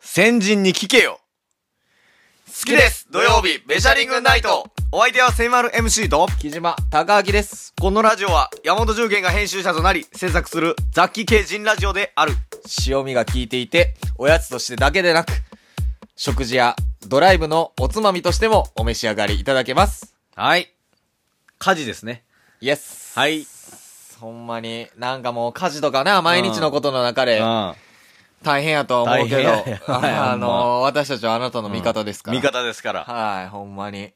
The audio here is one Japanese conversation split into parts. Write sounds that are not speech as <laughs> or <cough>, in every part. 先人に聞けよ好きです土曜日ベシャリングナイトお相手はセイマル MC と木島高明です。このラジオは山本重源が編集者となり制作する雑記系人ラジオである塩味が効いていて、おやつとしてだけでなく、食事やドライブのおつまみとしてもお召し上がりいただけます。はい家事ですねイエス。はいほんまに、なんかもう家事とかな、毎日のことの中でうん大変やとは思うけど大変やね、はい <laughs> ああほんの、私たちはあなたの味方ですから。味。方ですからはい、ほんまに。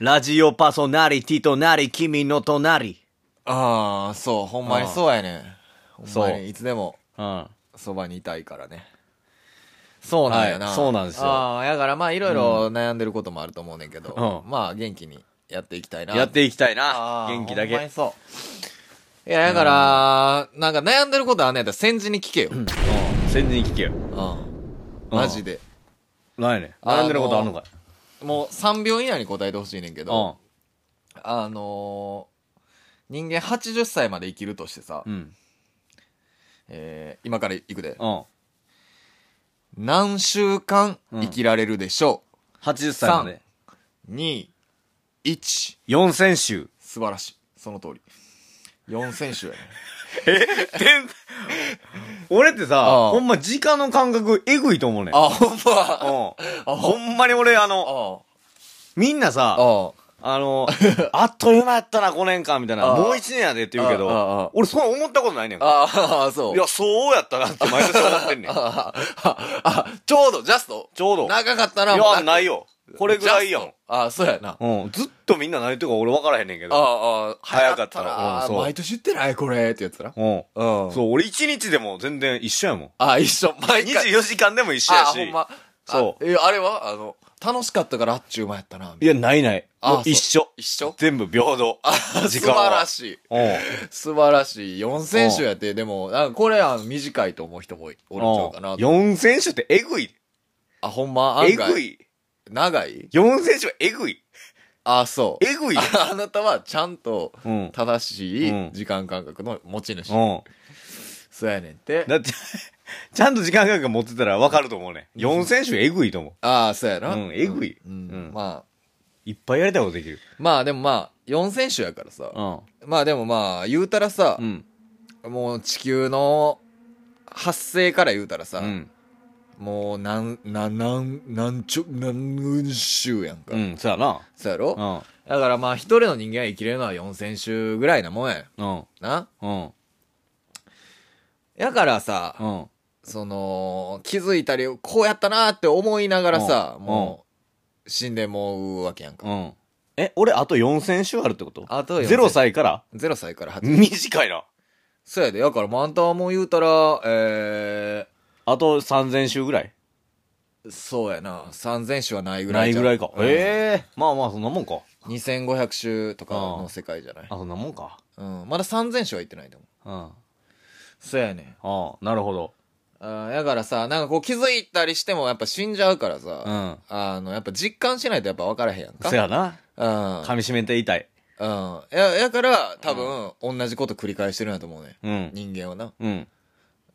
ラジオパーソナリティとなり君の隣ああ、そう、ほんまにうんそうやね。ほんまそうに、いつでもうんそばにいたいからね。そうなんやな、はいそうなんですよああ、やからまあいろいろ悩んでることもあると思うねんけど、うんまあ元気にやっていきたいな。やっていきたいあなあ元気だほんまけにそう。いや、やから、なんか悩んでることはね、だから先人に聞けよ。先人に聞けようん。マジで。ないねあのー悩んでることあんのかいもう3秒以内に答えてほしいねんけうど、あのー人間80歳まで生きるとしてさ、んうんえー今から行くで。うん何週間生きられるでしょ80歳までう、?2、1。 4000週素晴らしい。その通り。4選手やね。 <laughs> 俺ってさああほんま時間の感覚えぐいと思うねんあ、ほんま。うんほんまに俺あのあみんなあ。さああ <laughs> のあっという間やったな5年間みたいなああもう1年やでって言うけああああど俺そう思ったことないねんいあ。ああ、そう。やそうやったなって毎年思ってんねんちああ <laughs> ああちょうど、ジャストょうど長かったな、いもうや、ないよ。これぐらいやジャんス。トああ、そうやな。あうん。ずっとみんな何言ってるか俺分からへんねんけど。あ、ああ早かった流な行うなんそう毎年言ってないこれ、ってやつな。うん。うん。そう、俺一日でも全然一緒やもん。ああ、一緒。毎回。 24時間でも一緒やああ、ほんし。ま。そあ。え、あれはあの、楽しかったからあっちゅう間やったな。みたいいなや、ないないあ。一緒。一緒全部平等。素晴らい。しい。うん。素晴らしい。4選手やって、でも、なんかこれは短いと思う人もおるんちゃうかなと。 4選手ってえぐい。あ、ほんま、え案外ぐ。い。長い4選手はえぐい。あ、そう。えぐい。ああなたはちゃんとうん。うん。正しういん時間感覚の持ち主。そうやねんって。だって、ちゃんと時間感覚持ってたら分かると思うね。4選手えぐいと思ああ、そうやな。うんえぐいうんうんまあ、う。いっぱいやりたいことできる。まあでもまあ、4選手やからさ。うん。まあでもまあ、言うたらさう、ん。もう地球の発生から言うたらさ、うん。もう何、何、何、何ちょ、何週やんか。うん。そうやな。そうやろ、うん。だからまあ、一人の人間が生きれるのは4選手ぐらいなもんやねうん。んな。うん。やからさ、うん。その、気づいたり、こうやったなーって思いながらさ、うんもう、死んでもうわけやんか。うん。え、俺あと4選手あるってことあと4 0歳から0歳から8。短いな。そうやで。だから、もうあんたはもう言うたら、えあと3000週ぐらいー、そうやな。3000種はないぐらないいじゃぐん。らいか。うんええまあまあ、そんなもんか。 2500種とかの世界じゃないあ、。そんなもんか。うん。まだ3000種は言ってないと思うう。ん。あそうやねん。あ、なるほど。あーだからさ、なんかこう気づいたりしてもやっぱ死んじゃうからさ、うん。あの、やっぱ実感しないとやっぱ分からへんやんか。せやな。うん。噛み締めていたい。うん。や、やから、多分、同じこと繰り返してるんやと思うね。うん。人間はな。うん。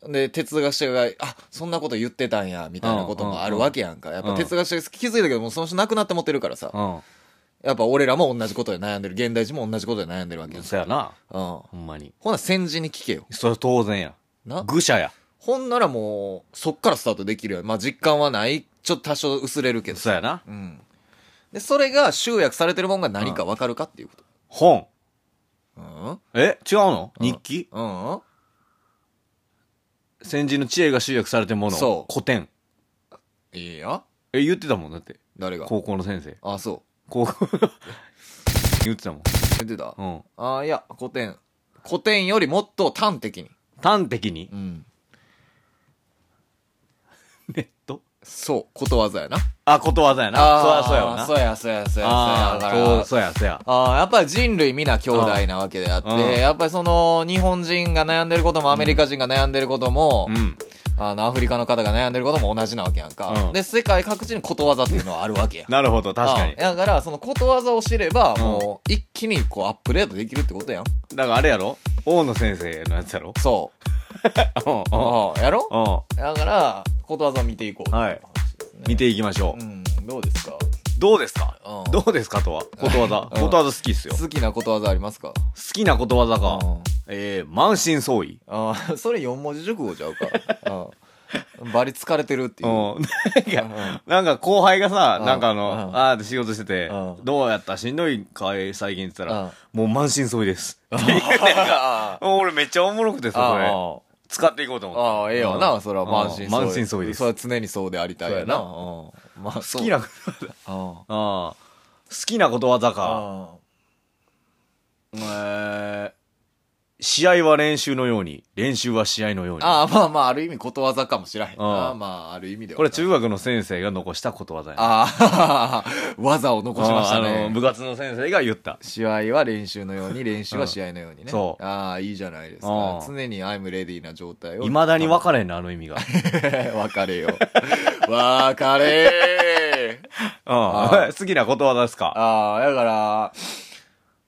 で、哲学者が、あ、そんなこと言ってたんや、みたいなこともあるわけやんか。やっうぱん哲学者が気づいたけども、その人亡くなって持ってるからさ。うやっぱ俺らも同じことで悩んでる。現代人も同じことで悩んでるわけん。やん。うん。せやな。ほほんまに。な、先人に聞けよ。それ当然や。な。愚者や。ほんならもう、そっからスタートできるよ。まあ、実感はない。ちょっと多少薄れるけど。そやな。うん。で、それが集約されてるもんが何かわかるかっていうこと。本。うんえ違うのうん日記うん先人の知恵が集約されてるもの。そう古典。いいやえ、言ってたもんだって。誰が高校の先生。あ、そう。高校。 <laughs> 言ってたもん。言ってたうん。あーいや、古典。古典よりもっと端的に。端的にうん。ネットそう、ことわざやな。あ、ことわざやな。そうやそうやわな。そうや、そうや、そうや、あそうや。ーだかそうらそうやそうや。あーやっぱり人類皆兄弟なわけであっうんて、やっぱりその、日本人が悩んでることもアメリカ人が悩んでることもう、ん。あの、アフリカの方が悩んでることも同じなわけやんうか。ん。で、世界各地にことわざっていうのはあるわけやなるほど、確かにあ。ーだから、そのことわざを知れば、もう、一気にこう、アップデートできるってことやん。だからあれやろ大野先生のやつやろそうんう。うんああ、やろうん。だから、ことわざを見ていこうとうはい話ですね見ていきましょう。うんどうですかどうですかうんどうですかとは。ことわざ。うんことわざ好きっすよ。好好きなことわざありますかきなことわざかうん。えー、満身創痍。あーそれ四文字熟語ちゃうかうんバリ疲れてるっていううん。うんなんか後輩がさ、うんなんかあうんの、あーって仕事しててう、んどうやったしんどいかい最近って言ったうんら、もう満身創痍です。 <laughs> あ <laughs> 俺めっちゃおもろくてーさ、これ。あ使っていこうとー思って。あーええよな、うんそれはうん満身満身創痍ですそれは常にそうでありたいよなうんまあ、好好きなことわざ。あああ。好きなことわざか。あえー試合は練習のように、練習は試合のように。あーまあまあある意味ことわざかもしれへんなうんまあある意味ではこれ中学の先生が残したことわざやな。ああ <laughs> 技を残しましたあの部ね活の先生が言った。試合は練習のように練習は試合のようにね、うんそうああいいじゃないですうかん常にアイムレディーな状態をいまだに分かれんな、あの意味 <laughs> が。別れよ。別れうん <laughs> 好きなことわざですか。ああ、だから、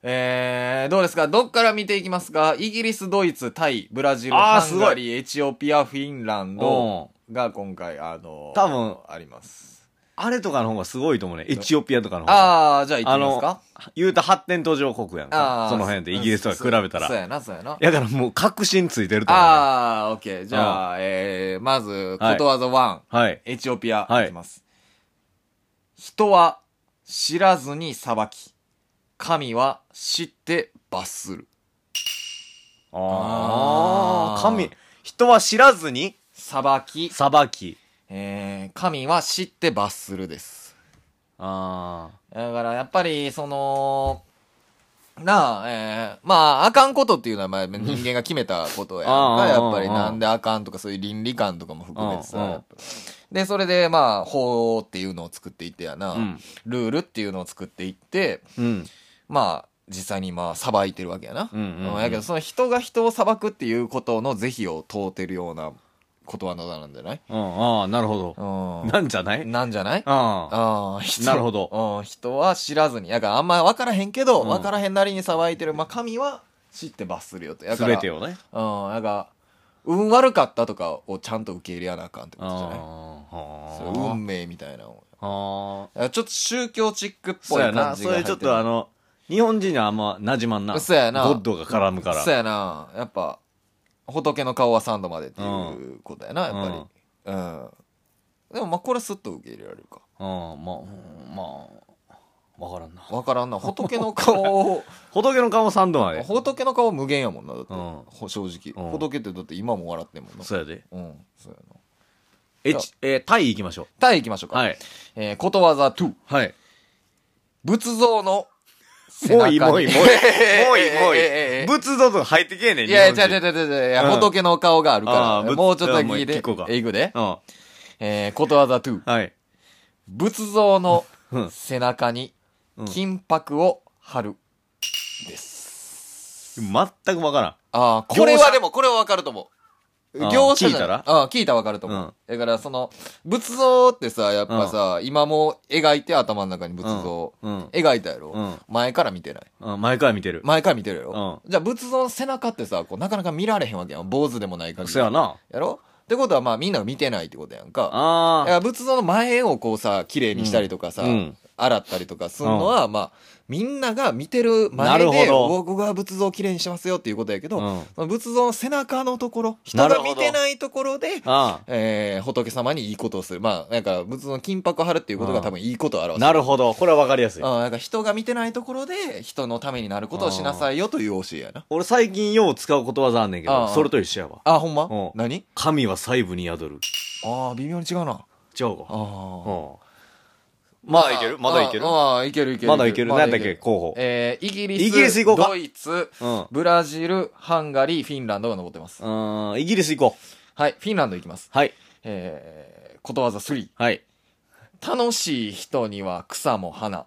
えー、どうですかどっから見ていきますかイギリス、ドイツ、タイ、ブラジル、あーハンガリー、エチオピア、フィンランドが今回、あの、多分あります。あれとかの方がすごいと思うね。エチオピアとかの方が。ああ、じゃあ行ってみますか言うた発展途上国やんあかあ。その辺でイギリスとか比べたそそうら。やな、そうやな。だからもう確信ついてると思うね。ああ、オッケー。じゃあ、えー、まず、ことわざ1、はい。エチオピア、はいいきます。人は知らずに裁き、神は知って罰する。あああ。ー神、人は知らずに、裁き、裁き。えー、神は知って罰するです。あだから、やっぱり、その、なあ、えー、まあ、あかんことっていうのは、まあ、人間が決めたことや <laughs> んあか、あやっぱり、ああなんであかんとか、そういう倫理観とかも含めてさ、ああやっぱで、それで、まあ、法っていうのを作っていってやな、あ。うん。ルールっていうのを作っていって、うん。まあ、実際にまあ、裁いてるわけやな。うんうんうんやけど、その人が人を裁くっていうことの是非を問うてるようなことわざなんじゃないうんああ、なるほう <laughs> ど。なんじゃないん。なんじゃないああ。ああ、人なるほどうん、人は知らずに。やからあんま分からへんけど、うん分からへんなりに裁いてる。まあ、神は知って罰するよと。やすからべてをね。うん、やから、運悪かったとかをちゃんと受け入れやなあかんってことじゃないああ。そう運命みたいなのをああ。だからちょっと宗教チックっそぽういや感じがな。そ入ってういうちょっとあの、の、日本人にはあんま馴染まんな。そうやなゴッドが絡むから。そうやな。やっぱ、仏の顔は三度までっていうことやな、やっぱり。うん。でもまあ、これスッと受け入れられるか。うん、まあ、うんまあ、わからんな。分からんな。仏の顔 <laughs> を、仏の顔三度まで。仏の顔無限やもんなだって、うんほ正直、うん仏ってだって今も笑ってんもんなそうやで。うんそうやなえ、ちえー、タイ行きましょタイ行きましょうう。か、はい。えーことわざ2はい。仏像のもういい、もういい、もういい。もう <laughs> いい、もういええええええええい。え仏像とか入ってけえねん。いやい日や本違う人違う違う違ういやうん仏の顔があるあかーら仏もうちょっとだけ聞いもう聞てこうかえいくで、うん。えーことわざ2はい。仏像のうん背中にうん金箔を貼るです全くわからん。ああ、これ業は者でも、これはわかると思うあ。ー業者じ聞ゃいたらああ、聞いたらわかると思う。だから、その、仏像ってさ、やっぱさ、今も描いて頭の中に仏像。うん。描いたやろ、うん前から見てない。うん、前から見てる。前から見てるやろ、うじゃあ仏像の背中ってさ、こうなかなか見られへんわけやん。坊主でもない限り。そやな。やろってことはまあみんなが見てないってことやんか。だあから仏像の前をこうさ、綺麗にしたりとかさ、うんうん洗ったりとかするのは、まあ、みんなが見てるな前で、るほど僕が仏像を綺麗にしてますよっていうことやけど、うんその仏像の背中のところ、なる人がほど見てないところで、あ。あえー、仏様にいいことをする。まあ、なんか仏像の金箔を貼るっていうことうがん多分いいことを表あ。す。なるほど。これはわかりやすい。うん、なんか人が見てないところで人のためになることをしなさいよという教えやな。俺最近よう使うことわざあんねんけあど、あそれと一緒やわ。あ、ほんまうん何神は細部に宿る。ああ、微妙に違うな。違うか。うああ。ん。まだいけるまだいけるああああ、いけるいける。まだいける。まなんだっけ、候補。えーイギリス、イギリス行こうかドイツ、うん。ブラジル、ハンガリー、フィンランドが残ってます。うーん、イギリス行こう。はい、フィンランド行きます。はい。えー、ことわざ3。はい。楽しい人には草も花。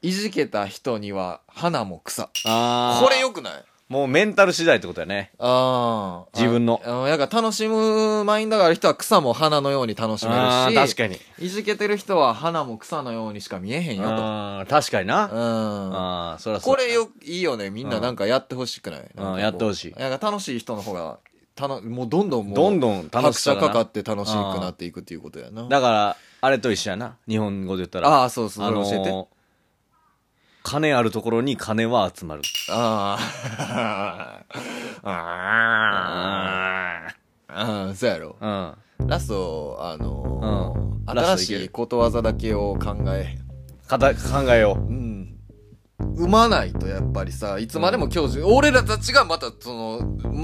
いじけた人には花も草。あーこれ良くないもうメンタル次第ってことやね。ああ。自分のあうんやから楽しむマインドがある人は草も花のように楽しめるあーし。確かに。いじけてる人は花も草のようにしか見えへんよと。あー確かにな。うん。あーそりゃそう。これよ、いいよね。みんななんかやってほしくないうんやってほしいなんかこうなんか楽しい人の方がたの、もうどんどんもう、どんどん楽し拍そう車だなかかって楽しくなっていくっていうことやな。だから、あれと一緒やな。日本語で言ったら。ああ、そうそう、あのそれ教えて。金あるところに金は集まる。あ <laughs> あ。ああ。うん、そうやろ。うん。ラスト、あのーうん新ラストいけしいることわざだけを考え。かた考えよう。うん。生まないとやっぱりさ、いつまでも教授、俺らたちがまたその、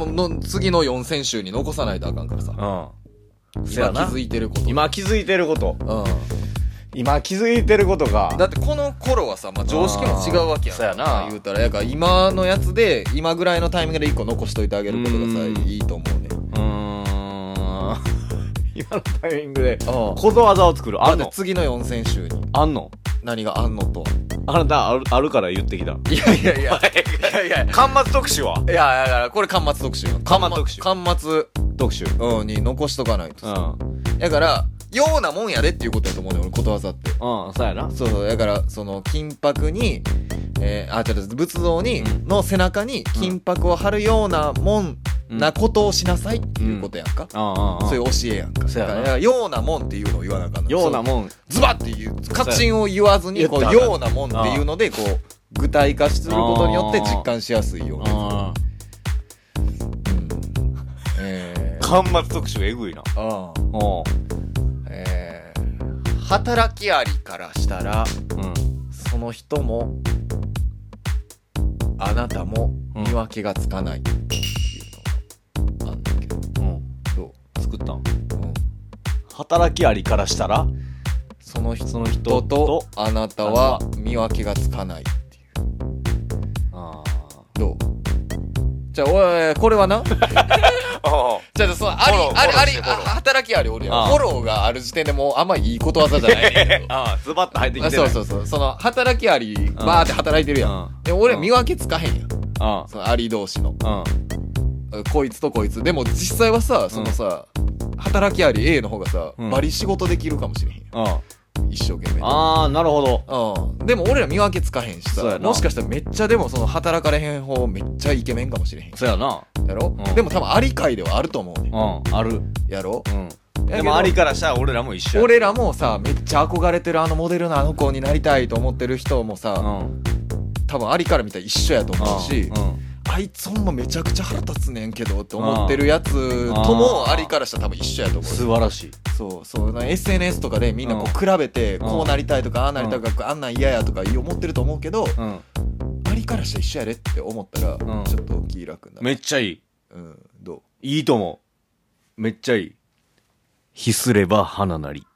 のの次の4選手に残さないとあかんからさ。うん。せ今や気なづ。いてること。今気づいてること。う今気づいてることん。が。だってこの頃はさ、まあ、常識も違うわけあーやんそうやな言うたら、やから今のやつで、今ぐらいのタイミングで1個残しといてあげることがさ、うんいいと思うね。うーん。 <laughs> 今のタイミングで、うん。ことわざを作る。あんだのって次の4選手にあんの何があんのとは。あなたあるあるから言ってきた。いやいやいや。い <laughs> やいや。い巻末特集はや、だからこれ、巻末特集よ。巻末特集巻末、特集。うん、に残しとかないとうん。さ。うだから、ようなもんやでっていうことやと思うね、俺、ことわざって。ん、そうやな。そうそう、だから、その、金箔に、えー、あ、ちょっと仏像に、うんの背中に金箔を貼るようなもん、うんなことをしなさいっていうことやんか。うんうん。そういう教えやんか。そうやなだから、ようなもんっていうのを言わなあかんのようなもん。ズバッて言う、カチンを言わずに、こ言っう、たらようなもんっていうので、こう、具体化することによって実感しやすいように。うん。うんえー、巻末特集えぐいな。ああうえー、働きありからしたら、ん。うん。その人も、あなたも見分けがつかないっていうのがあんだけど、うん。ど作ったんううん働きありからしたらその人その人ととあなたは見分けがつかないっていう。あどうじゃあ、おい、これは <laughs> な、あじゃあ、その、ありフォロ、ーあフり、ォローありして、フォローあ働きありおるやあん。あフォローがある時点でもうあんまいいことわざじゃな <laughs> いねんけど。ああズバッと入ってきあてなそいうそうそう。その、働きあり、バーって働いてるやんう。んで、俺見分けつかへんやん。あそのあり同士の。あこいつとこいつ。でも実際はさ、そのさ、働きあり A の方がさ、うんバリ仕事できるかもしれへんやうんうんん。一生懸命。ああなるほどうん、でも俺ら見分けつかへんしそうさやなもしかしたらめっちゃでもその働かれへん方めっちゃイケメンかもしれへんそうやなやろ、うんでも多分あり会ではあると思うねんうんあるやろうんやけでどもありからしたら俺らも一緒や俺らもさめっちゃ憧れてるあのモデルのあの子になりたいと思ってる人もうさ、んうん多分ありから見たら一緒やと思うし、うんあいつほんまめちゃくちゃ腹立つねんけどって思ってるやつんともありからしたら多分一緒やと思う素晴らしいそうそうな SNS とかでみんなこう比べてんこうなりたいとかああなりたいとかあんなん嫌やとか思ってると思うけどうんありからしたら一緒やでって思ったらんちょっと気楽になるめっちゃいいうんどういいと思うめっちゃいいひすれば花なり